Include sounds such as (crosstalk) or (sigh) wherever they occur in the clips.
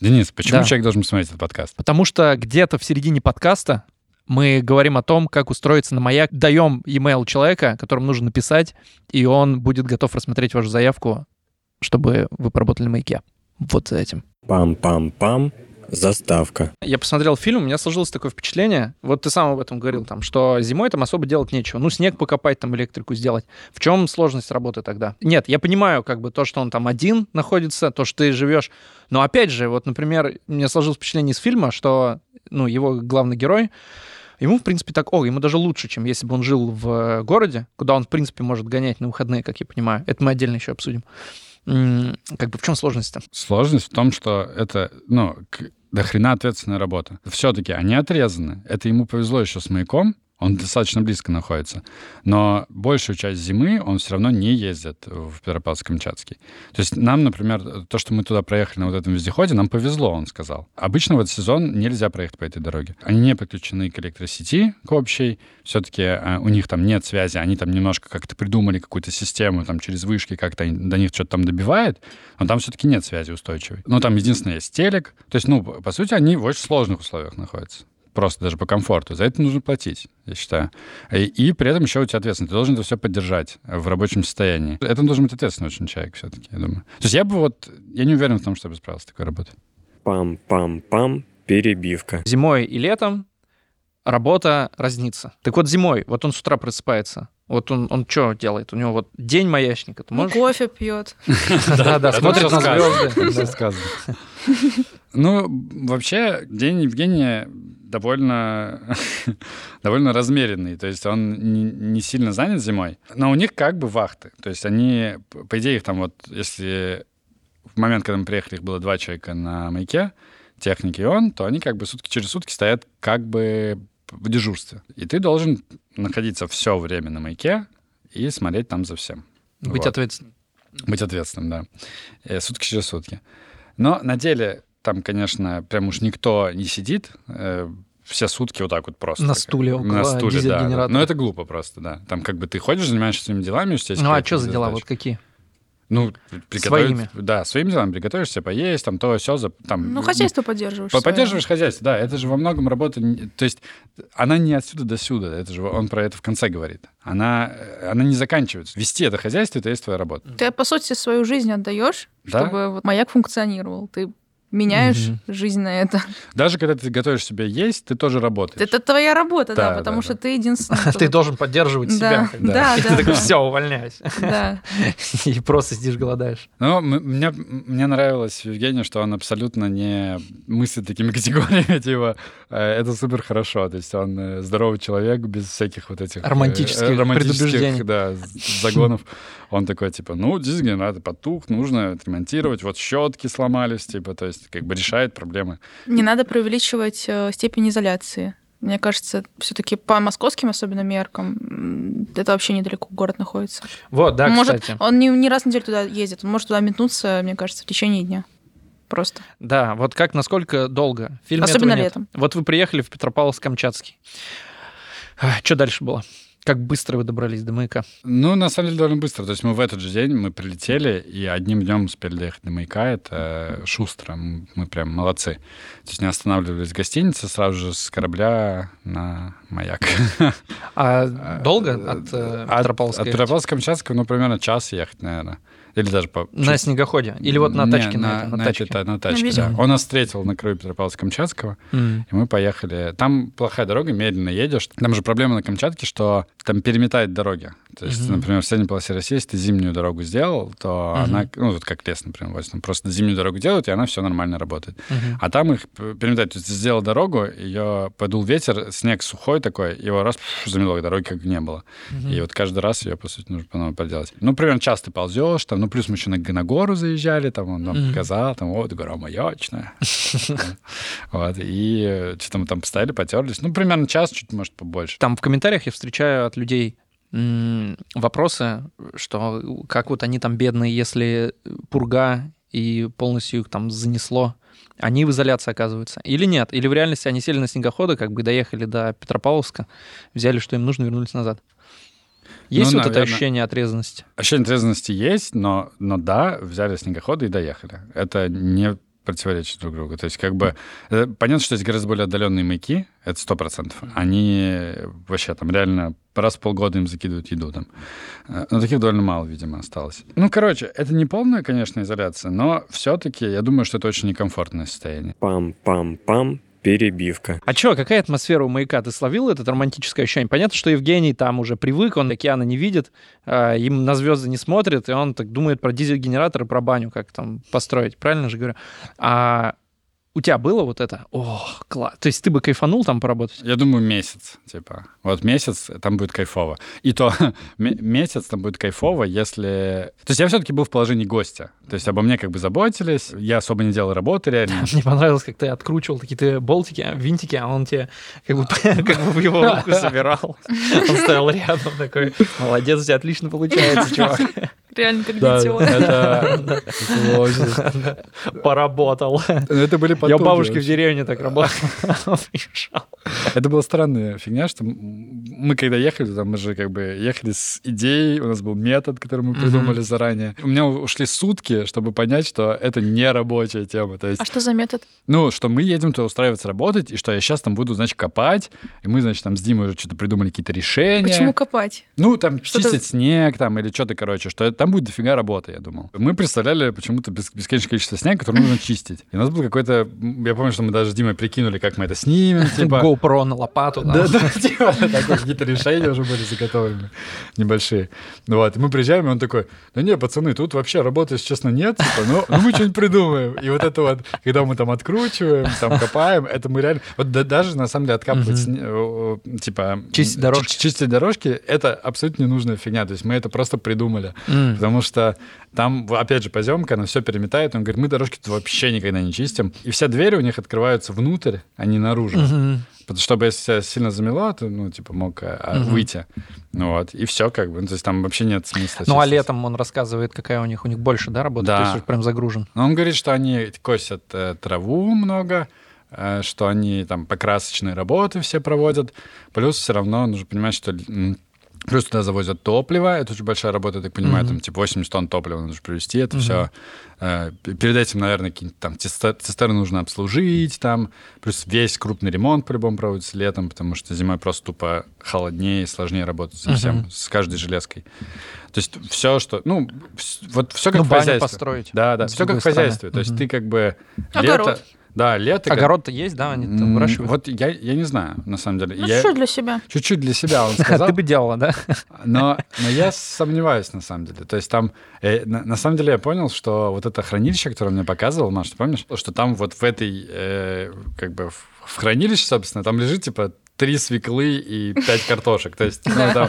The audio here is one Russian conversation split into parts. Денис, почему Да. человек должен посмотреть этот подкаст? Потому что где-то в середине подкаста мы говорим о том, как устроиться на маяк, даем email человека, которому нужно написать, и он будет готов рассмотреть вашу заявку, чтобы вы поработали на маяке. Вот за этим. Пам-пам-пам. Заставка. Я посмотрел фильм, у меня сложилось такое впечатление, вот ты сам об этом говорил, там, что зимой там особо делать нечего. Ну, снег покопать, там, электрику сделать. В чем сложность работы тогда? Нет, я понимаю, как бы, то, что он там один находится, то, что ты живешь. Но опять же, вот, например, мне сложилось впечатление из фильма, что, ну, его главный герой, ему, в принципе, так, о, ему даже лучше, чем если бы он жил в э, городе, куда он, в принципе, может гонять на выходные, как я понимаю. Это мы отдельно еще обсудим. М, Как бы в чем сложность-то? Сложность в том, что это, ну, к- до хрена ответственная работа. Все-таки они отрезаны. Это ему повезло еще с маяком. Он достаточно близко находится. Но большую часть зимы он все равно не ездит в Петропавловск-Камчатский. То есть нам, например, то, что мы туда проехали на вот этом вездеходе, нам повезло, он сказал. Обычно в этот сезон нельзя проехать по этой дороге. Они не подключены к электросети, к общей. Все-таки у них там нет связи. Они там немножко как-то придумали какую-то систему, там через вышки как-то они- до них что-то там добивает. Но там все-таки нет связи устойчивой. Ну, там единственное есть телек. То есть, ну, по сути, они в очень сложных условиях находятся. Просто даже по комфорту. За это нужно платить, я считаю. И, и при этом еще у тебя ответственность. Ты должен это все поддержать в рабочем состоянии. Это должен быть ответственный очень человек все-таки, я думаю. То есть я бы вот... Я не уверен в том, что я бы справился с такой работой. Пам-пам-пам. Перебивка. зимой и летом работа разнится. Так вот зимой, вот он с утра просыпается, вот он, он что делает? У него вот день маяшника, ты Ну, можешь? кофе пьет. (laughs) Да, да, смотрит всё на сказано. звезды. Всё сказано. Ну, вообще, день Евгения довольно, довольно размеренный. То есть он не, не сильно занят зимой, но у них как бы вахты. То есть они, п- по идее, их там вот, если в момент, когда мы приехали, их было два человека на маяке, техники и он, то они как бы сутки через сутки стоят как бы в дежурстве. И ты должен находиться все время на маяке и смотреть там за всем. Быть Вот. ответственным. Быть ответственным, да. Э, Сутки через сутки. Но на деле там, конечно, прям уж никто не сидит. э, Все сутки вот так вот просто. На стуле около На стуле, да, да. дизель-генератора. Но это глупо просто, да. Там как бы ты ходишь, занимаешься своими делами. у тебя есть Ну а какие-то что за дела, задачи. вот какие? Ну, Своими. приготовить... Да, своими делами. Приготовишься поесть, там то, все. Там, Ну, хозяйство поддерживаешь. По- своё. Поддерживаешь хозяйство, да, это же во многом работа, не- то есть она не отсюда до сюда, это же он про это в конце говорит. Она, э, она не заканчивается. Вести это хозяйство, это есть твоя работа. Ты, по сути, свою жизнь отдаешь, Да. чтобы вот маяк функционировал. Ты меняешь Мгм. жизнь на это. Даже когда ты готовишь себе есть, ты тоже работаешь. Это твоя работа, да, Да, потому да, что да. ты единственный. кто- А Ты должен поддерживать Да, себя. как бы. да, И (laughs) Ты да. такой, все, увольняюсь. Да. (laughs) И просто сидишь, голодаешь. Ну, м- мне, мне нравилось Евгения, что он абсолютно не мыслит такими (laughs) категориями, типа, э, это супер хорошо. То есть он э, здоровый человек без всяких вот этих... э, Романтических э, предубеждений. романтических да, з- загонов. Он такой, типа, ну, дизель-генератор потух, нужно отремонтировать, вот щетки сломались, типа, то есть как бы решает проблемы. Не надо преувеличивать э, степень изоляции. Мне кажется, все-таки по московским особенно меркам м, это вообще недалеко город находится. Вот, да, может, кстати. он не, не раз в неделю туда ездит, он может туда метнуться, мне кажется, в течение дня. Просто. Да, вот как, насколько долго? В фильме Особенно этого нет. летом. Вот вы приехали в Петропавловск-Камчатский. Что дальше было? Как быстро вы добрались до маяка? Ну, на самом деле, довольно быстро. То есть мы в этот же день мы прилетели, и одним днем успели доехать до маяка. Это шустро. М, Мы прям молодцы. То есть не останавливались в гостинице, сразу же с корабля на маяк. (laughs) А долго от э, Петропавловска От ехать? Петропавловска-Камчатского, ну, примерно час ехать, наверное. Или даже по... На чуть- снегоходе? Или вот на Не, тачке? На, этом, на тачке. этой- на тачке, везёт. да. Он нас встретил на краю Петропавловска-Камчатского. М. И мы поехали. Там плохая дорога, медленно едешь. Там же проблема на Камчатке, что там переметает дороги. То есть, Мгм. например, в средней полосе России, если ты зимнюю дорогу сделал, то Мгм. она, ну, вот как лес, например, возит, там просто зимнюю дорогу делают, и она все нормально работает. Мгм. А там их п- переметает. То есть ты сделал дорогу, ее подул ветер, снег сухой такой, его раз пф, замело, дороги как не было. Мгм. И вот каждый раз ее, по сути, нужно по новому поделать. Ну, примерно час ты ползешь, там, ну, плюс мы еще на, на гору заезжали, там он нам Мгм. показал, там, вот, гора маячная. Вот, и что-то мы там постояли, потерлись. Ну, примерно час, чуть, может, побольше. Там в комментариях я встречаю от людей м, вопросы, что как вот они там бедные, если пурга и полностью их там занесло, они в изоляции оказываются. Или нет? Или в реальности они сели на снегоходы, как бы доехали до Петропавловска, взяли, что им нужно, вернулись назад. Есть Ну, вот это наверное. ощущение отрезанности? Ощущение трезвости есть, но, но да, взяли снегоходы и доехали. Это не противоречат друг другу. То есть, как бы, э, понятно, что есть гораздо более отдаленные маяки, это сто процентов. Они вообще там реально раз в полгода им закидывают еду там. Э, Но таких довольно мало, видимо, осталось. Ну, короче, это не полная, конечно, изоляция, но все-таки я думаю, что это очень некомфортное состояние. Пам-пам-пам. Перебивка. А чё, какая атмосфера у маяка? Ты словил это романтическое ощущение? Понятно, что Евгений там уже привык, он океана не видит, э, им на звезды не смотрит, и он так думает про дизель-генератор и про баню, как там построить. Правильно же говорю? А у тебя было вот это? О, класс. То есть ты бы кайфанул там поработать? Я думаю, месяц, типа. Вот месяц, там будет кайфово. И то (laughs) м- месяц там будет кайфово, если... То есть я все-таки был в положении гостя. То есть обо мне как бы заботились, я особо не делал работы (laughs) реально. Мне понравилось, как ты откручивал какие-то болтики, а, винтики, а он тебе как бы, (laughs) как бы в его руку собирал. Он стоял рядом такой, молодец, у тебя отлично получается, чувак. Реально, как Да, дитё. (laughs) это... сложно. Поработал. Ну, Это были Я у потуги бабушки в вообще. деревне так (laughs) работал. Приезжал. (laughs) Это была странная фигня, что м- мы когда ехали, там мы же как бы ехали с идеей, у нас был метод, который мы придумали заранее. У меня ушли сутки, чтобы понять, что это не рабочая тема. То есть, А что за метод? ну, что мы едем туда устраиваться работать, и что я сейчас там буду, значит, копать, и мы, значит, там с Димой уже что-то придумали, какие-то решения. Почему копать? Ну, там Что-то- чистить снег там или что-то, короче, что это- там будет дофига работы, я думал. Мы представляли почему-то бес- бесконечное количество снега, который нужно чистить. И у нас был какой-то... м, Я помню, что мы даже с Димой прикинули, как мы это (laughs) снимем, типа... GoPro на лопату. Да, да. да, типа, (laughs) такое, какие-то решения уже были заготовлены, небольшие. Ну Вот, и мы приезжаем, и он такой, ну не, пацаны, тут вообще работы, если честно, нет, типа, ну, ну мы что-нибудь придумаем. И вот это вот, когда мы там откручиваем, там копаем, это мы реально... Вот да- даже, на самом деле, откапывать, сне- э, э, типа... Чистить чи- дорожки. Чистить дорожки, это абсолютно ненужная фигня, то есть мы это просто придумали. М. Потому что там, опять же, поземка, она все переметает. Он говорит, мы дорожки тут вообще никогда не чистим. И все двери у них открываются внутрь, а не наружу. Мгм. Ну, а Потому что, чтобы если тебя сильно замело, ты, ну, типа, мог э, а, Мгм. выйти. Ну вот, и все, как бы. Ну, то есть там вообще нет смысла. Ну, а чистить. летом он рассказывает, какая у них, у них больше, да, работа? Да. То есть уже прям загружен. Но Ну, он говорит, что они косят э, траву много, э, что они там покрасочные работы все проводят. Плюс все равно нужно понимать, что... м, Плюс туда завозят топливо, это очень большая работа, я так понимаю, Мгм. там типа 80 тонн топлива нужно привезти, это все. перед этим, наверное, какие-нибудь там цисте- цистерны нужно обслужить, там плюс весь крупный ремонт по-любому проводится летом, потому что зимой просто тупо холоднее и сложнее работать со всем, Мгм. с каждой железкой. То есть все, что, ну, вс- вот все как Ну, в баню хозяйстве. построить. Да, да, С все как другой в хозяйстве. стороны. То есть Мгм. ты как бы... Огород. Лето, да, лето... как- Огород-то есть, да, они там М, выращивают? Вот я, я не знаю, на самом деле. Ну, Я что для себя? Чуть-чуть для себя он (laughs) А сказал, Ты бы делала, да? но, но я сомневаюсь, на самом деле. То есть там... э, на, на самом деле я понял, что вот это хранилище, которое мне показывал, Маш, ты помнишь? Что там вот в этой... э, как бы в, в хранилище, собственно, там лежит типа три свеклы и пять картошек. То есть ну, там,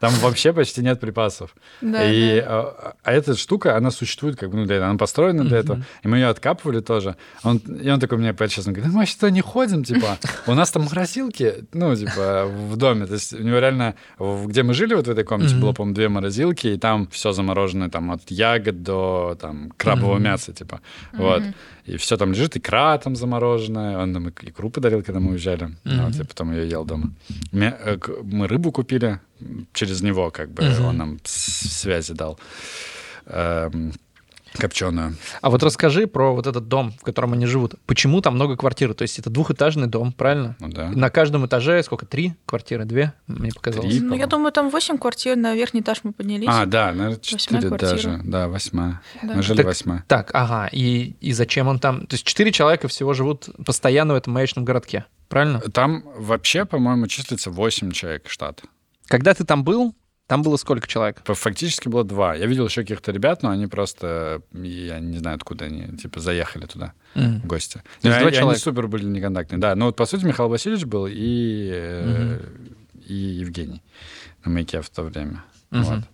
там вообще почти нет припасов. Да, И, А, а эта штука, она существует, как бы, ну, для этого, она построена для этого. И мы ее откапывали тоже. Он, и он такой мне опять честно говорит, «Да мы вообще туда не ходим, типа, у нас там морозилки, ну, типа, в доме. То есть у него реально, в- где мы жили вот в этой комнате, Мгм. было, по-моему, две морозилки, и там все замороженное, там, от ягод до, там, крабового Мгм. мяса, типа. Вот. И все там лежит, икра там замороженная. Он нам ик- икру подарил, когда мы уезжали. Мгм. Вот, я потом ее ел дома. Мя- э, к- Мы рыбу купили м, через него, как бы Мгм. он нам с- связи дал. Эм, Копченую. А вот расскажи про вот этот дом, в котором они живут. Почему там много квартир? То есть это двухэтажный дом, правильно? Ну да. На каждом этаже сколько? Три квартиры? Две? Мне показалось. Три. Ну, я по-моему. думаю, там 8 квартир на верхний этаж мы поднялись. А, да, наверное, Восьмая четыре квартира. даже. Да, восьмая. Да. Мы жили Так- восьмая. Так, ага. И, и зачем он там? То есть четыре человека всего живут постоянно в этом маячном городке, правильно? Там вообще, по-моему, числится 8 человек штат. Когда ты там был, там было сколько человек? Ф- Фактически было два. Я видел еще каких-то ребят, но они просто, я не знаю, откуда они, типа, заехали туда. М. в гости. То есть И два Ну, они- они человека. супер были неконтактные, да. Ну вот, по сути, Михаил Васильевич был и, э, и Евгений на маяке в то время. Вот. Э, Мгм.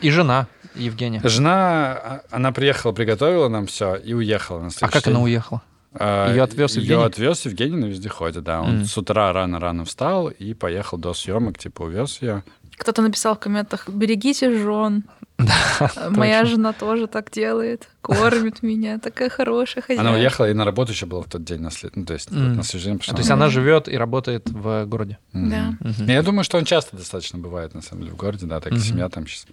И жена Евгения. Жена, а- она приехала, приготовила нам все и уехала на А следующий как она день. уехала? А, Её отвез Ее Евгений? отвез Евгений на вездеходе, да. Он Мгм. с утра рано-рано встал и поехал до съемок, типа увез ее. Кто-то написал в комментах, берегите (laughs) жен. Моя жена тоже так делает. (laughs) Кормит меня. Такая хорошая хозяйка. Она уехала и на работу еще была в тот день, на след... ну, то есть вот Мгм. на следующий день А, пошла. То есть она живет и работает в городе. Мгм. Да. Мгм. Я думаю, что он часто достаточно бывает, на самом деле, в городе, да, так и Мгм. семья там сейчас.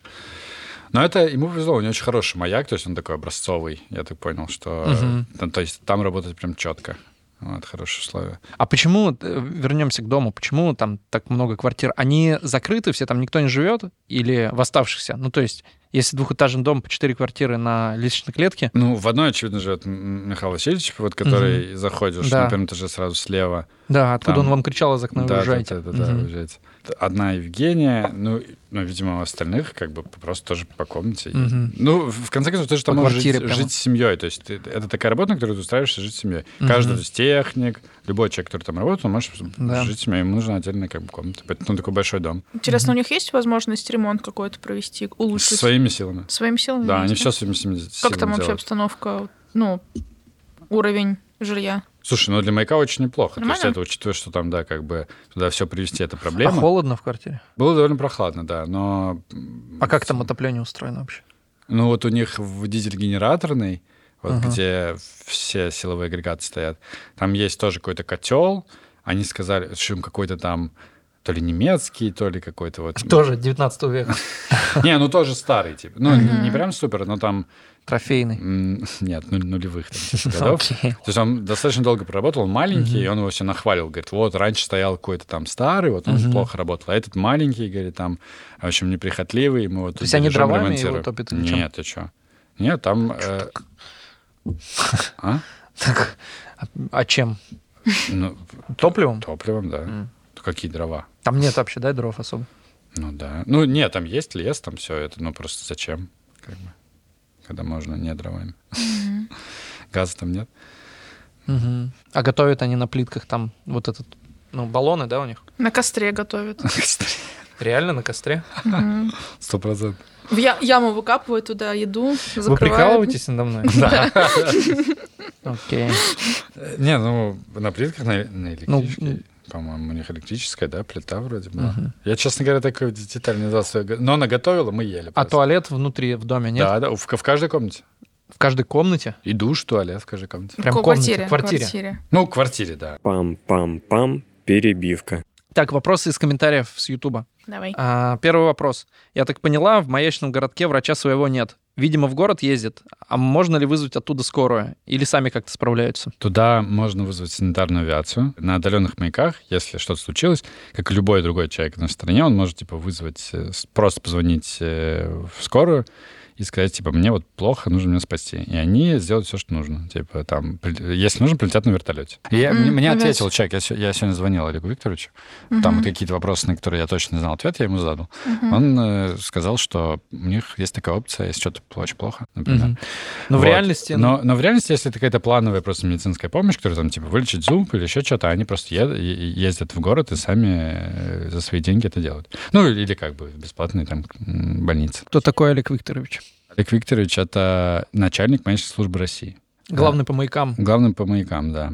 Но это ему повезло, у него очень хороший маяк, то есть он такой образцовый. Я так понял, что Мгм. там, то есть там работать прям четко. Вот, хорошие условия. А почему, э, вернемся к дому, почему там так много квартир? Они закрыты все, там никто не живет? Или в оставшихся? Ну, то есть, если двухэтажный дом по четыре квартиры на лестничной клетке, Ну, в одной, очевидно, живет М- Михаил Васильевич, вот который заходишь Да. на первом этаже сразу слева. да, откуда Там- он вам кричал из окна, да, уезжайте. да, да, да, Мгм. уезжайте. Одна Евгения, ну, и- ну, видимо, у остальных как бы просто тоже по комнате. И- Мгм. Ну, в конце концов, ты же там По можешь квартире жить, прямо. жить с семьей. То есть ты- это такая работа, на которую ты устраиваешься жить с семьей. Мгм. Каждый то есть техник, любой человек, который там работает, он может Да. жить с семьей. Ему нужна отдельная как бы, комната. Поэтому такой большой дом. Интересно, у них есть возможность ремонт какой-то провести, улучшить? С своими силами. Своими силами? Да, они видимо? все своими силами Как там вообще делают. обстановка, ну, уровень жилья? Слушай, ну для маяка очень неплохо. То Нормально? есть это, учитывая, что там, да, как бы туда все привести, это А проблема. холодно в квартире? Было довольно прохладно, да, но... м, А как там отопление (laughs) устроено вообще? Ну вот у них в дизель-генераторный, вот Ага. где все силовые агрегаты стоят, там есть тоже какой-то котел. Они сказали, что им какой-то там то ли немецкий, то ли какой-то вот... Тоже 19 века. Не, ну тоже старый, типа. Ну, не не прям супер, но там... Трофейный. м, (laughs) Нет, ну, нулевых там, типа, годов. Окей. То есть он достаточно долго проработал, он маленький, и он его все нахвалил. Говорит, вот, раньше стоял какой-то там старый, вот он Мгм. плохо работал, а этот маленький, говорит, там, в общем, неприхотливый, мы вот... То есть они бережем, дровами ремонтируем». его топят или чем? Нет, ты что? Нет, там... э, а? Так, а- а чем? Ну, Топливом? топливом, да. Ну, М. Какие дрова? Там нет вообще, да, дров особо? Ну да. Ну нет, там есть лес, там все это, ну просто зачем? Как бы, когда можно не дровами. Газа там нет. (laughs) Мгм. А готовят они на плитках там вот этот, ну, баллоны, да, у них? На костре готовят. (laughs) Реально на костре? Мгм. Сто процентов. В я- яму выкапывают туда еду, Вы закрывают. прикалываетесь надо (laughs) мной? Да. (laughs) Окей. Э, Не, ну на плитках, на, на Ну, электричке, м. по-моему, у них электрическая, да, плита вроде была. Мгм. Я, честно говоря, такой деталь не знал. своего- Но она готовила, мы ели. А просто. туалет внутри в доме нет? Да, да, в, в каждой комнате. В каждой комнате? И душ, туалет в каждой комнате. Прям В комнате, квартире. квартире. Ну, в квартире, да. Пам-пам-пам. Перебивка. Так, вопросы из комментариев с Ютуба. Давай. А, первый вопрос. Я так поняла, в маячном городке врача своего нет. Видимо, в город ездит. А можно ли вызвать оттуда скорую? Или сами как-то справляются? Туда можно вызвать санитарную авиацию. На отдаленных маяках, если что-то случилось, как и любой другой человек на стране, он может типа вызвать, э, с- просто позвонить э, в скорую и сказать, типа, мне вот плохо, нужно меня спасти. И они сделают все, что нужно. Типа там, при- если нужно, прилетят на вертолете. И я- М, мне, мне авиация. ответил человек, я, сё- я сегодня звонил Олегу Викторовичу, А, там вот какие-то вопросы, на которые я точно не знал ответ, я ему задал. Он э, сказал, что у них есть такая опция, если что-то очень плохо, например, Мгм. Но Ну, в вот. реальности... Но, но в реальности, если это какая-то плановая просто медицинская помощь, которая там, типа, вылечить зуб или еще что-то, они просто е- е- ездят в город и сами э, за свои деньги это делают. Ну, или, или как бы в бесплатной там м, больнице. Кто такой Олег Викторович? Олег Викторович — это начальник маячной службы России. Главный по маякам. Главным по маякам, да.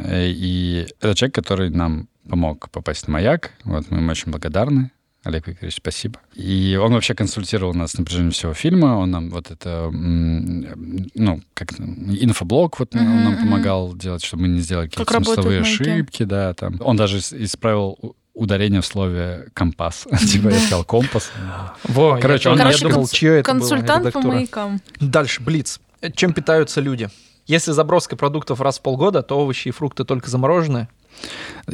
Э, И это человек, который нам помог попасть на маяк. Вот мы ему очень благодарны. Олег Викторович, спасибо. И он вообще консультировал нас на протяжении всего фильма. Он нам вот это, м, ну, как это, инфоблог вот Мгм, он нам мгм. помогал делать, чтобы мы не сделали какие-то Как работают смысловые маяки. ошибки, да, там. Он даже ис- исправил у- ударение в слове «компас». (laughs) Типа я сказал (laughs) «компас». Во, я Короче, тоже он- не Короче, думал, конс- чье это было, Консультант по редактора. маякам. Дальше, Блиц. Чем питаются люди? Если заброска продуктов раз в полгода, то овощи и фрукты только замороженные.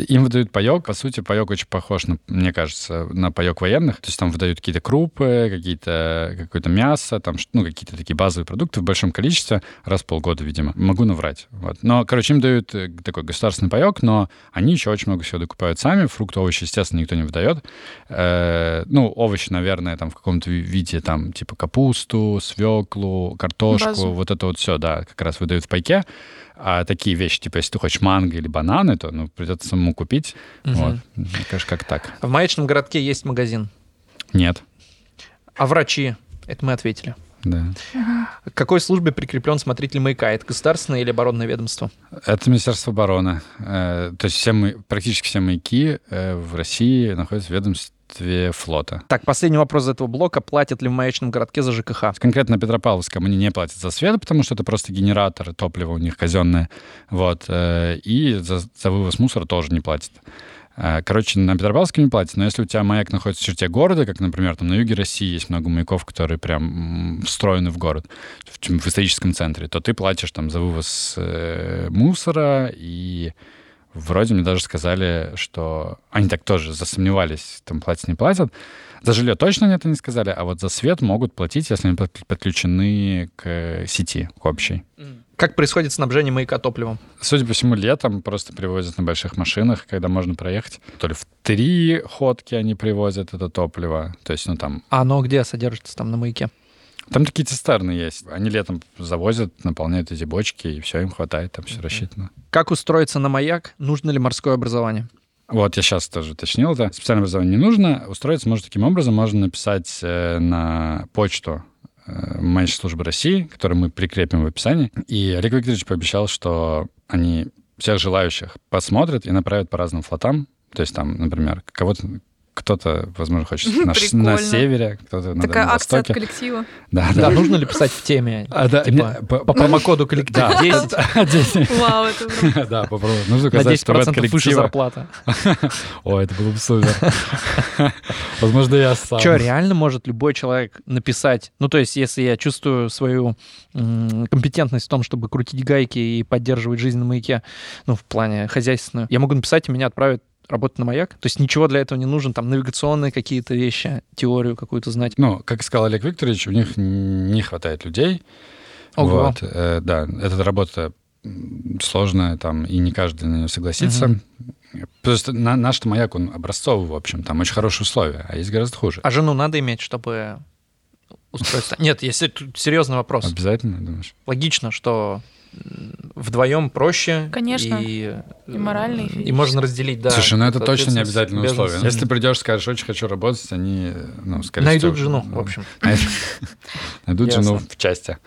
Им выдают паек. По сути, паек очень похож, на, мне кажется, на паек военных. То есть там выдают какие-то крупы, какие-то, какое-то мясо, там, ш- ну, какие-то такие базовые продукты в большом количестве, раз в полгода, видимо. Могу наврать. Вот. Но, короче, им дают э, такой государственный паек, но они еще очень много всего докупают сами. Фрукты, овощи, естественно, никто не выдает. Э, ну, овощи, наверное, там в каком-то ви- виде, там, типа капусту, свеклу, картошку, Базу. вот это вот все, да, как раз выдают в пайке. А такие вещи, типа, если ты хочешь манго или бананы, то ну, придется самому купить. Вот. Мгм. Мне кажется, как так. В маячном городке есть магазин. Нет. А врачи? Это мы ответили. Да. К какой службе прикреплен смотритель маяка? Это государственное или оборонное ведомство? Это Министерство обороны. Э, то есть все мы, практически все маяки э, в России находятся в ведомстве флота. Так, последний вопрос из этого блока. Платят ли в маячном городке за ЖКХ? Конкретно Петропавловском они не платят за свет, потому что это просто генераторы, топливо у них казенное. Вот. э, И за, за вывоз мусора тоже не платят. Э, Э, Короче, на Петропавловском не платят, но если у тебя маяк находится в черте города, как, например, там на юге России есть много маяков, которые прям м, встроены в город, в, чем- в историческом центре, то ты платишь там за вывоз э, мусора и вроде мне даже сказали, что... Они так тоже засомневались, там платят, не платят. За жилье точно нет, они сказали, а вот за свет могут платить, если они под- подключены к э, сети, к общей. Как происходит снабжение маяка топливом? Судя по всему, летом просто привозят на больших машинах, когда можно проехать. То ли в три ходки они привозят это топливо. То есть, ну там, А оно где содержится там на маяке? там такие цистерны есть. Они летом завозят, наполняют эти бочки, и все им хватает, там все рассчитано. Как устроиться на маяк? Нужно ли морское образование? Вот я сейчас тоже уточнил это. Специальное образование не нужно. Устроиться можно таким образом. Можно написать э, на почту э, Маячной службы России, которую мы прикрепим в описании. И Олег Викторович пообещал, что они всех желающих посмотрят и направят по разным флотам. То есть там, например, кого-то кто-то, возможно, хочет на, ш- на Прикольно. севере, кто-то на, Такая Дальнем акция от востоке. коллектива. Да, Да, нужно ли писать в теме? А, да, Типа, не, по- По по- промокоду коллектива Да. 10 Вау, это прям- (laughs) Да, попробуй. Нужно на указать, что в 10% выше коллектива. зарплата. О, это было бы супер. (laughs) Возможно, я сам. Че, реально может любой человек написать? Ну, то есть, если я чувствую свою м, компетентность в том, чтобы крутить гайки и поддерживать жизнь на маяке, ну, в плане хозяйственную, я могу написать, и меня отправят работать на маяк. То есть ничего для этого не нужен, там навигационные какие-то вещи, теорию какую-то знать. Ну, как сказал Олег Викторович, у них не хватает людей. Ого. Вот, э, да, эта работа м, сложная, там, и не каждый на нее согласится. Мгм. Потому что на- наш маяк, он образцовый, в общем, там очень хорошие условия, а есть гораздо хуже. А жену надо иметь, чтобы (laughs) устроиться? Нет, если тут серьезный вопрос. Обязательно, думаешь? Логично, что вдвоем проще. Конечно. И, И морально, и физически. И можно разделить, да. Слушай, ну это точно не обязательное обязательно условие. Если придешь, скажешь, очень хочу работать, они, э, ну, скорее Найдут всего, жену, в общем. найдут- (laughs) Найдут Ясно. жену в части.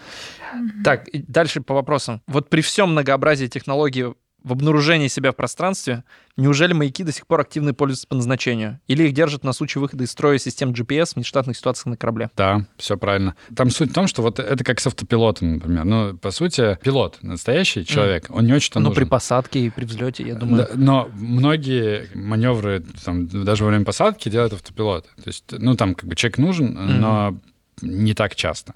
Так, и дальше по вопросам. Вот при всем многообразии технологий в обнаружении себя в пространстве, неужели маяки до сих пор активно пользуются по назначению? Или их держат на случай выхода из строя систем GPS в нештатных ситуациях на корабле? Да, все правильно. Там суть в том, что вот это как с автопилотом, например. Ну, по сути, пилот, настоящий человек, он не очень-то ну, нужен. при посадке и при взлете, я думаю. Да, но многие маневры, там, даже во время посадки, делают автопилоты. То есть, ну, там как бы человек нужен, но не так часто.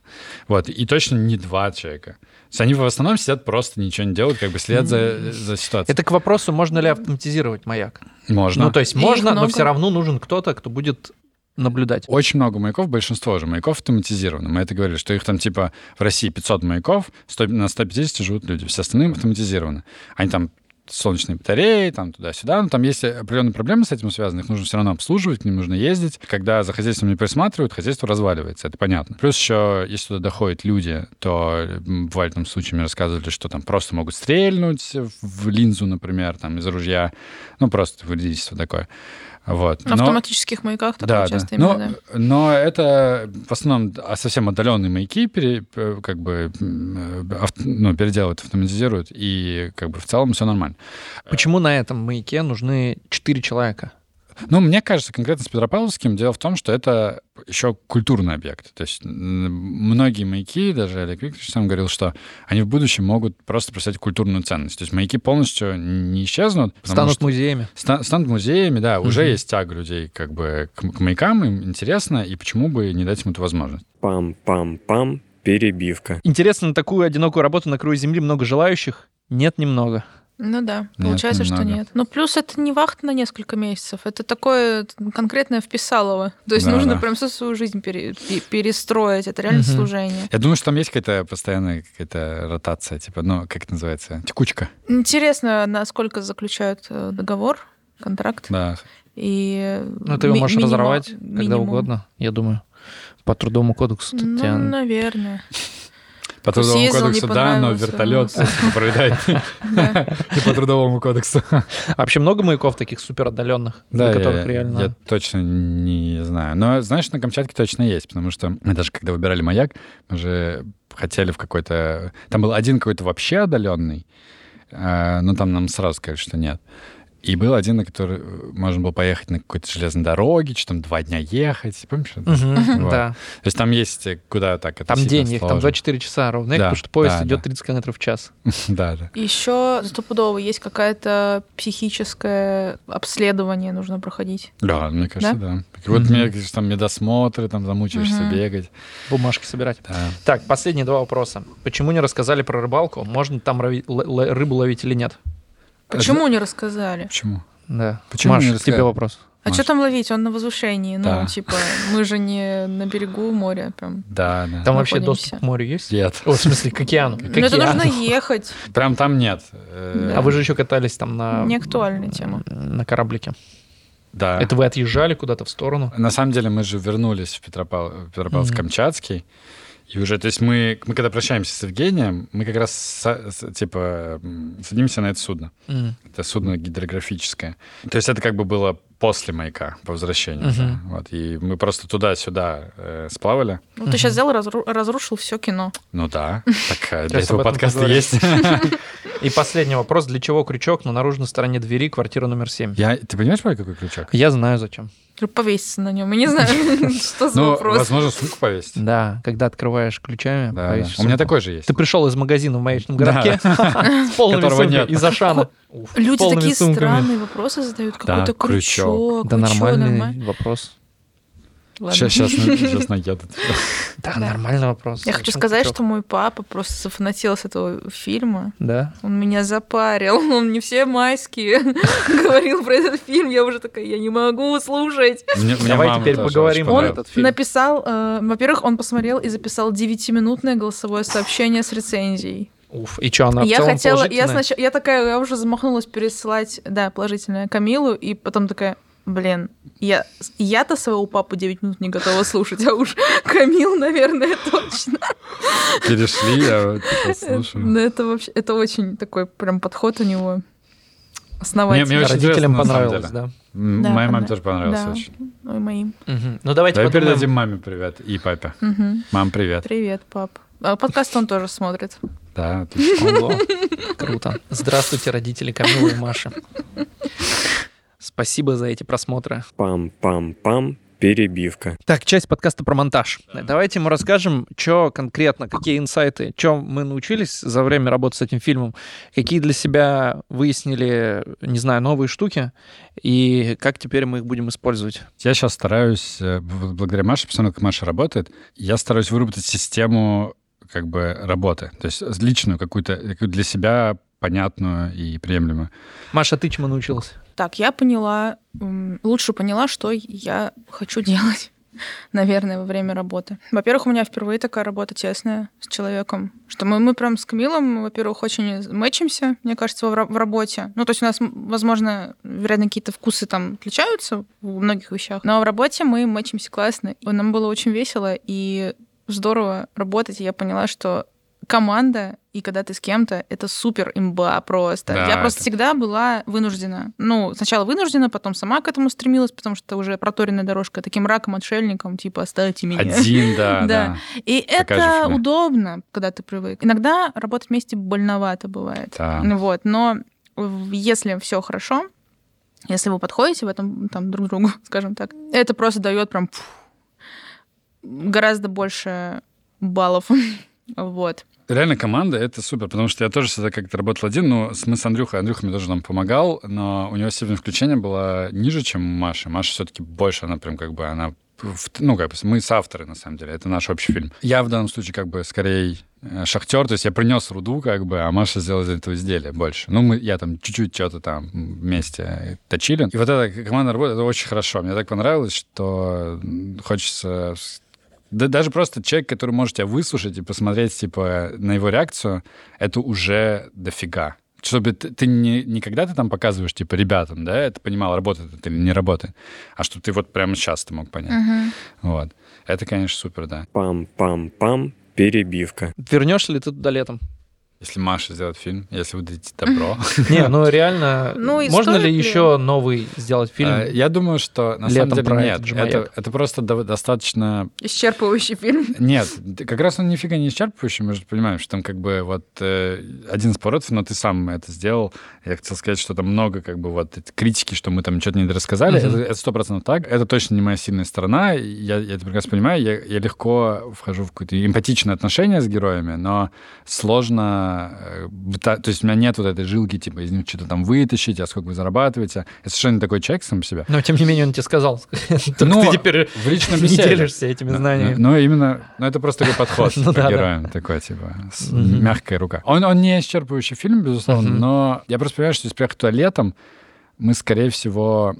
Вот, и точно не два человека. То есть они в основном сидят просто, ничего не делают, как бы следят за, за ситуацией. Это к вопросу, можно ли автоматизировать маяк. Можно. Ну, то есть И их можно, но много. все равно нужен кто-то, кто будет наблюдать. Очень много маяков, большинство же маяков автоматизировано. Мы это говорили, что их там типа в России 500 маяков, 100 на 150 живут люди, все остальные автоматизированы. Они там солнечные батареи, там туда-сюда. Но там есть определенные проблемы с этим связаны, их нужно все равно обслуживать, к ним нужно ездить. Когда за хозяйством не присматривают, хозяйство разваливается, это понятно. Плюс еще, если туда доходят люди, то м, бывали там случаи, мне рассказывали, что там просто могут стрельнуть в линзу, например, там из ружья. Ну, просто вредительство такое. Вот. На Но- автоматических маяках такое часто но, именно, да. но это в основном а, совсем отдаленные маяки пере- э, как бы м, э, авт- ну, переделывают, автоматизируют, и как бы в целом все нормально. Почему на этом маяке нужны 4 человека? Ну, мне кажется, конкретно с Петропавловским дело в том, что это еще культурный объект. То есть м, многие маяки, даже Олег Викторович сам говорил, что они в будущем могут просто представлять культурную ценность. То есть маяки полностью не исчезнут. потому Станут что- музеями. Ста- Станд музеями, да, уже Мгм. есть тяга людей как бы к, м- к маякам, им интересно, и почему бы не дать им эту возможность? Пам-пам-пам. Перебивка. Интересно, на такую одинокую работу на краю Земли много желающих? Нет, немного. Ну да, Нет, получается, что немного. нет. Ну плюс это не вахта на несколько месяцев, это такое конкретное вписалово. То есть Да, нужно да. прям всю свою жизнь пере- пе- перестроить, это реально Мгм. служение. Я думаю, что там есть какая-то постоянная какая-то ротация, типа, ну, как это называется? Текучка. Интересно, насколько заключают э, договор, контракт. Да. И Ну, ты его ми- можешь минима- разорвать когда минимум. угодно, я думаю. По трудовому кодексу. тут Ну, тебя- наверное. По Съездил, трудовому не кодексу, да, но понравился, вертолет ну, (laughs) всё-таки пролетает Да. не по трудовому кодексу. А вообще много маяков таких супер отдаленных, (laughs) Да, для я- которых реально... Я точно не знаю. Но, знаешь, на Камчатке точно есть, потому что мы даже когда выбирали маяк, мы же хотели в а, какой-то... Там был один какой-то вообще отдаленный, но там нам сразу сказали, что нет. И был один, на который э, можно было поехать на какой-то железной дороге, что там два дня ехать. Помнишь? это? Мгм, Вот. Да. То есть там есть э, куда так это Там сильно день, их там сложно. 24 часа ровно, Да, потому что поезд да, идет да. 30 км в час. Да, да. Еще стопудово есть какая-то психическое обследование нужно проходить. Да, мне кажется, да. Как Мгм. будто мне, конечно, там медосмотры, там замучаешься Мгм. бегать. Бумажки собирать. Да. Так, последние два вопроса. Почему не рассказали про рыбалку? Можно там рави- л- л- рыбу ловить или нет? А Почему не рассказали? Почему? Да. Почему Маш, не рассказали? тебе вопрос. А Маш. что там ловить? Он на возвышении. Ну, Да. типа, мы же не на берегу моря прям. Да, да. Там вообще Находимся. доступ к морю есть? Нет. О, в смысле, к океану. К Ну, это океану. нужно ехать. Прям там нет. Да. Э, А вы же еще катались там на... Не актуальная тема. На кораблике. Да. Это вы отъезжали куда-то в сторону? На самом деле мы же вернулись в Петропав... Петропавловск-Камчатский. И уже, то есть мы, мы когда прощаемся с Евгением, мы как раз, со- с- типа, м, садимся на это судно. М. Это судно гидрографическое. То есть это как бы было после маяка, по возвращению. Мгм. да. Вот, и мы просто туда-сюда э, сплавали. Ну, ты сейчас взял и разру- разрушил все кино. Ну да, так э, для Сейчас этого об этом подкаста поговорим. есть. (laughs) И последний вопрос. Для чего крючок на наружной стороне двери квартира номер 7? Я, ты понимаешь, Валь, какой крючок? Я знаю зачем. Повеситься на нем. Я не знаю, (laughs) что за Ну, вопрос. возможно, сумку повесить. Да, когда открываешь ключами, а Да, да. повесишь У меня сумку. такой же есть. Ты пришел из магазина в маячном Да. городке (laughs) с полными Которого сумками нет. из Ашана. Уф, с Люди полными такие сумками. странные вопросы задают. Какой-то крючок. крючок. Да вы чё, нормальный нормально? вопрос. Ладно. Сейчас, сейчас, сейчас (laughs) наедут. Да, Да. нормальный вопрос. Я хочу Зачем сказать, крючок? что мой папа просто зафанател с этого фильма. Да. Он меня запарил. (laughs) Он мне все майские (laughs) говорил про этот фильм. Я уже такая, я не могу слушать. Мне- мне Давай мама теперь тоже очень поговорим про Он понравилась. этот фильм. Написал, э, во-первых, он посмотрел и записал 9-минутное голосовое сообщение с рецензией. Уф, и что, она в я целом хотела, я положительная? сначала, я такая, я уже замахнулась пересылать, да, положительное Камилу, и потом такая, блин, я, я-то своего папу 9 минут не готова слушать, а уж (laughs) Камил, наверное, точно. Перешли, я вот (laughs) сейчас слушаю. Но это вообще, это очень такой прям подход у него Мне- основательный. мне очень Родителям интересно, на самом понравилось, М, да. Да, Моей маме понравилось. тоже понравился Да. очень. Ой, моим. Мгм. Ну давайте Давай подумаем. передадим маме привет и папе. Мгм. Мам, привет. Привет, пап. А Подкаст он тоже смотрит. Да, отлично. (laughs) Ого, Круто. Здравствуйте, родители Камилы и Маши. (laughs) Спасибо за эти просмотры. Пам-пам-пам. Перебивка. Так, часть подкаста про монтаж. Давайте мы расскажем, что конкретно, какие инсайты, чем мы научились за время работы с этим фильмом, какие для себя выяснили, не знаю, новые штуки, и как теперь мы их будем использовать. Я сейчас стараюсь, э, б- благодаря Маше, посмотрю, как Маша работает, я стараюсь выработать систему как бы работы. То есть личную какую-то какую-то для себя понятную и приемлемую. Маша, ты чему научилась? Так, я поняла, м, лучше поняла, что я хочу делать, (laughs) наверное, во время работы. Во-первых, у меня впервые такая работа тесная с человеком, что мы, мы прям с Камилом, во-первых, очень мэчимся, мне кажется, в, в работе. Ну, то есть у нас, м, возможно, вероятно, какие-то вкусы там отличаются в многих вещах, но в работе мы мэчимся классно. Нам было очень весело и здорово работать, и я поняла, что команда и когда ты с кем-то, это супер имба просто. Да, я просто это- всегда была вынуждена. Ну, сначала вынуждена, потом сама к этому стремилась, потому что уже проторенная дорожка таким раком-отшельником, типа, оставьте меня. Один, (laughs) да, да. Да. И Такая же это фигня. удобно, когда ты привык. Иногда работать вместе больновато бывает. Да. Ну Вот, но в- если все хорошо, если вы подходите в этом там друг другу, (laughs) скажем так, это просто дает прям фу, гораздо больше баллов. (laughs) Вот. Реально команда — это супер, потому что я тоже всегда как-то работал один, но с- мы с Андрюхой, Андрюха мне тоже нам помогал, но у него степень включения была ниже, чем у Маши. Маша все-таки больше, она прям как бы, она... в- Ну, как бы, мы соавторы, на самом деле, это наш общий фильм. Я в данном случае как бы скорее э, шахтер, то есть я принес руду, как бы, а Маша сделала из этого изделия больше. Ну, мы, я там чуть-чуть что-то там вместе точили. И вот эта команда работа, это очень хорошо. Мне так понравилось, что м, хочется с- да даже просто человек, который может тебя выслушать и посмотреть, типа, на его реакцию, это уже дофига. Чтобы ты, ты не, не когда ты там показываешь, типа, ребятам, да, это понимал, работает это или не работает, а чтобы ты вот прямо сейчас ты мог понять. Вот. Это, конечно, супер, да. Пам-пам-пам. Перебивка. Вернешься ли ты туда летом? Если Маша сделает фильм, если вы дадите добро. (laughs) Не, ну реально, Ну и можно стоит ли ли? еще новый сделать А, фильм? Я думаю, что на самом Летом деле про нет. этот же маяк. Это, это просто до- достаточно... Исчерпывающий фильм. Нет, д- как раз он нифига не исчерпывающий, мы же понимаем, что там как бы вот э, один из поворотов, но ты сам это сделал. Я хотел сказать, что там много как бы вот эти критики, что мы там что-то не дорассказали. Мгм. Это- Это сто процентов так. Это точно не моя сильная сторона. Я, я это прекрасно понимаю. Я, я легко вхожу в какое-то эмпатичное отношение с героями, но сложно... э, быта- То есть у меня нет вот этой жилки, типа, из них что-то там вытащить, а сколько вы зарабатываете. Я совершенно не такой человек сам по себе. Но тем не менее он тебе сказал. (laughs) Только Ну, (laughs) ты теперь В личном (laughs) не беседе. делишься этими Ну, знаниями. Ну, ну, именно, ну, это просто такой подход (laughs) Ну к да, да. героям, такой, типа, с Мгм. мягкая рука. Он, он не исчерпывающий фильм, безусловно, Мгм. но я просто понимаю, что если приехать туда летом, мы, скорее всего...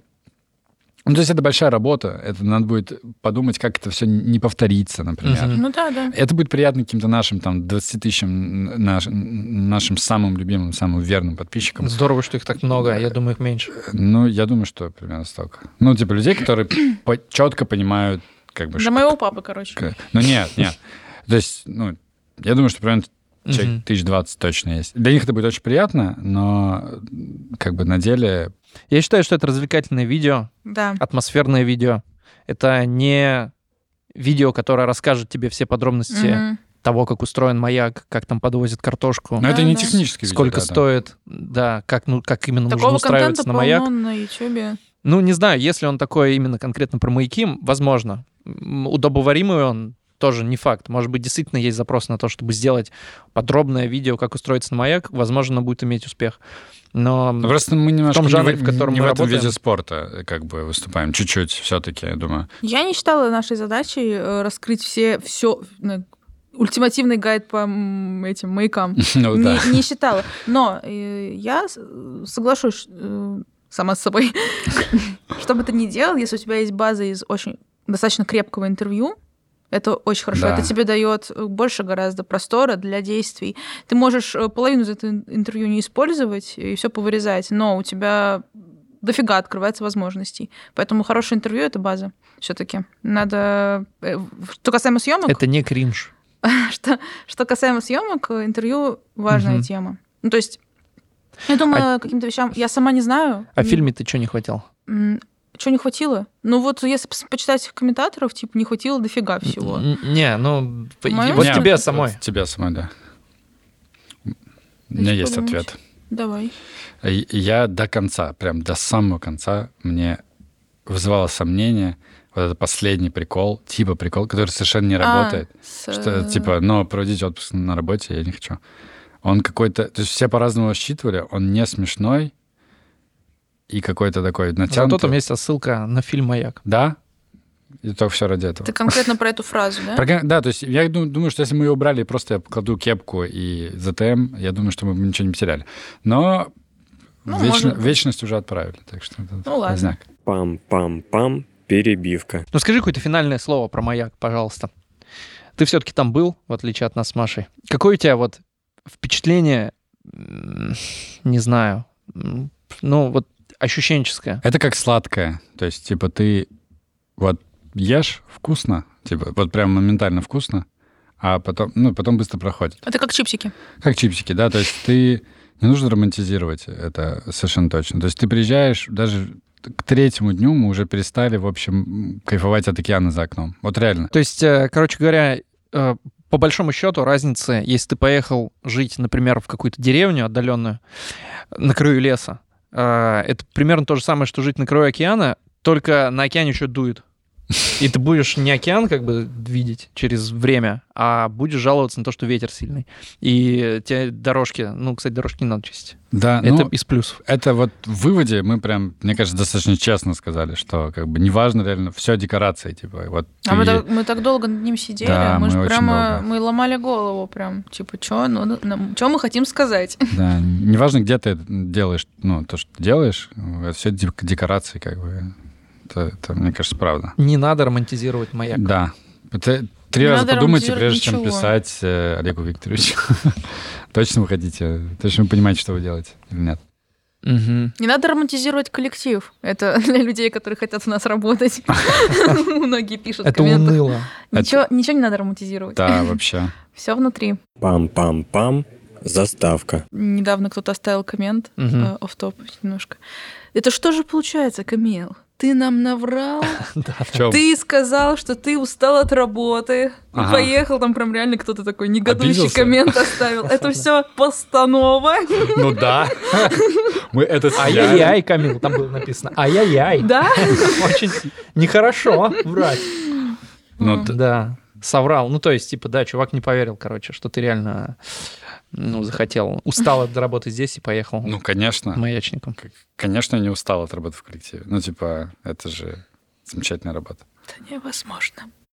Ну, то есть это большая работа, это надо будет подумать, как это все не повторится, например. Мгм. Ну да, да. Это будет приятно каким-то нашим, там, 20 тысячам, наш- нашим самым любимым, самым верным подписчикам. Здорово, что их так много, а я думаю, их меньше. Ну, я думаю, что примерно столько. Ну, типа людей, которые (coughs) четко понимают, как бы, Для моего папы, короче. К- Ну нет, нет. То есть, ну, я думаю, что примерно Мгм. человек 1020 точно есть. Для них это будет очень приятно, но как бы на деле... Я считаю, что это развлекательное видео, Да. атмосферное видео. Это не видео, которое расскажет тебе все подробности Мгм. того, как устроен маяк, как там подвозят картошку, Но ну, это не Ну, да. технически. сколько стоит, да, как, ну, как именно нужно Такого контента устраиваться на маяк. полно на Ютубе. Ну, не знаю, если он такой именно конкретно про маяки, возможно. М, Удобоваримый он тоже не факт. Может быть, действительно есть запрос на то, чтобы сделать подробное видео, как устроиться на маяк. Возможно, оно будет иметь успех. Но Ну, Просто мы немножко том жанре, не, в котором не мы в этом работаем. виде спорта э, как бы выступаем. Чуть-чуть все-таки, я (laughs) думаю. Я не считала нашей задачей э, раскрыть все, все, ну, ультимативный гайд по м, этим маякам. Ну да. Не, не считала. Но э, я с- соглашусь э, сама с собой. (laughs) Что бы ты ни делал, если у тебя есть база из очень достаточно крепкого интервью, это очень хорошо. Да. Это тебе дает э, больше гораздо простора для действий. Ты можешь э, половину из этого ин- интервью не использовать и все повырезать, но у тебя дофига открывается возможностей. Поэтому хорошее интервью это база все-таки. Надо. э, в- Что касаемо съемок, это не кринж. (laughs) что, что касаемо съемок, э, интервью важная Мгм. тема. Ну, то есть, я А думаю, каким-то вещам я сама не знаю. А в фильме ты что не хватил? Чего не хватило? Ну, вот если пос- почитать комментаторов, типа, не хватило дофига М-м. всего. Н- Не, ну, п- Моё вот Не, тебе вот самой. Тебе самой, да. У меня Дайте есть подумать. ответ. Давай. И- и Я до конца, прям до самого конца, мне вызывало сомнение вот этот последний прикол, типа прикол, который совершенно не работает. А, с, Что, э, типа, но проводить отпуск на работе я не хочу. Он какой-то... То есть все по-разному его считывали. Он не смешной и какой-то такой Зато натянутый. там есть отсылка на фильм «Маяк». Да? И только все ради этого. Ты конкретно про эту фразу, да? Програ- Да, то есть я ду- думаю, что если мы ее убрали, просто я покладу кепку и ЗТМ, я думаю, что мы бы ничего не потеряли. Но Ну, вечно- можно. вечность уже отправили, так что... это Ну, ладно. поздняк. Пам-пам-пам. Перебивка. Ну, скажи какое-то финальное слово про «Маяк», пожалуйста. Ты все-таки там был, в отличие от нас с Машей. Какое у тебя вот впечатление, м, не знаю, м, ну, вот ощущенческое? Это как сладкое. То есть, типа, ты вот ешь вкусно, типа, вот прям моментально вкусно, а потом, ну, потом быстро проходит. Это как чипсики. Как чипсики, да? То есть ты... Не нужно романтизировать это совершенно точно. То есть ты приезжаешь даже к третьему дню мы уже перестали, в общем, м, кайфовать от океана за окном. Вот реально. То есть, э, короче говоря, э, по большому счету разница, если ты поехал жить, например, в какую-то деревню отдаленную, на краю леса, э, это примерно то же самое, что жить на краю океана, только на океане еще дует. И ты будешь не океан как бы видеть через время, а будешь жаловаться на то, что ветер сильный. И те дорожки, ну, кстати, дорожки не надо чистить. Да, Это ну, А, из плюсов. это вот в выводе мы прям, мне кажется, достаточно честно сказали, что как бы неважно реально, все декорации, типа, вот А мы ты- так, мы так долго над ним сидели, Да, мы, мы же очень прямо долго. мы ломали голову прям, типа, что мы хотим сказать? Да, неважно, где ты это делаешь, ну, то, что ты делаешь, все декорации, как бы. Это, это, мне кажется, правда. Не надо романтизировать маяк. Да. Это три Не раза надо подумайте, романтизировать прежде чем ничего. писать э, Олегу Викторовичу. (laughs) Точно вы хотите, точно вы понимаете, что вы делаете или нет. Мгм. Не надо романтизировать коллектив. Это (laughs) для людей, которые хотят у нас работать. (laughs) Многие пишут в Это (laughs) комментах. уныло. Это- (laughs) Ничего, ничего не надо романтизировать. Да, вообще. Все внутри. Пам-пам-пам. Заставка. Недавно кто-то оставил коммент Мгм. оф топ немножко. Это что же получается, Камил? Ты нам наврал? В чём? Ты сказал, что ты устал от работы. Эм. Ага. Поехал, там прям реально кто-то такой негодующий Обиделся? коммент оставил. Это все постанова. (laughs) Ну да. (laughs) Мы это сняли. Ай-яй-яй, А Камил, там было написано. А Ай-яй-яй. Да? Очень нехорошо а, врать. Ну, т- Да, соврал. Ну, то есть, типа, да, чувак не поверил, короче, что ты реально, ну, захотел. Устал от работы здесь и поехал ну, конечно. маячником. К- Конечно, я не устал от работы в коллективе. Ну, типа, это же замечательная работа. Это невозможно.